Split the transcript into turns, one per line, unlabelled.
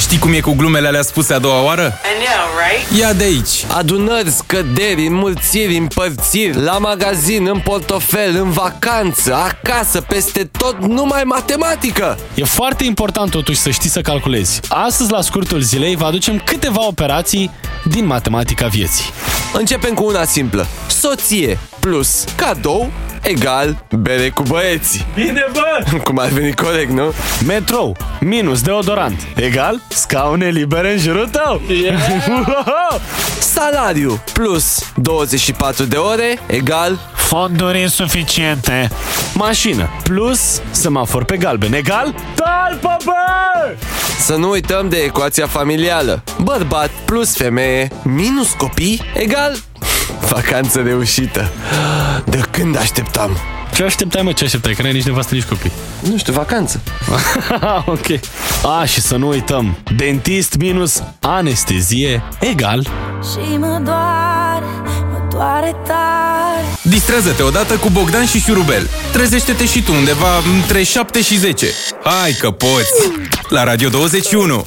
Știi cum e cu glumele alea spuse a doua oară?
I know, right?
Ia de aici!
Adunări, scăderi, înmulțiri, împărțiri, la magazin, în portofel, în vacanță, acasă, peste tot, numai matematică.
E foarte important totuși să știi să calculezi. Astăzi, la scurtul zilei, vă aducem câteva operații din matematica vieții.
Începem cu una simplă. Soție plus cadou egal bere cu băieții.
Bine, bă!
Cum ar veni corect, nu?
Metrou minus deodorant egal scaune libere în jurul tău. Yeah.
Salariu plus 24 de ore egal
Fonduri insuficiente. Mașină plus semafor pe galben egal talpă, bă!
Să nu uităm de ecuația familială. Bărbat plus femeie minus copii egal vacanță reușită. De când așteptam?
Ce așteptai, mă? Ce așteptai? Că n-ai nici nevastă, nici copii.
Nu știu, vacanță.
ok. A, și să nu uităm. Dentist minus anestezie egal.
Și mă doare, mă doare tare
Distrează-te odată cu Bogdan și Șurubel. Trezește-te și tu undeva între 7 și 10. Hai că poți! La Radio 21!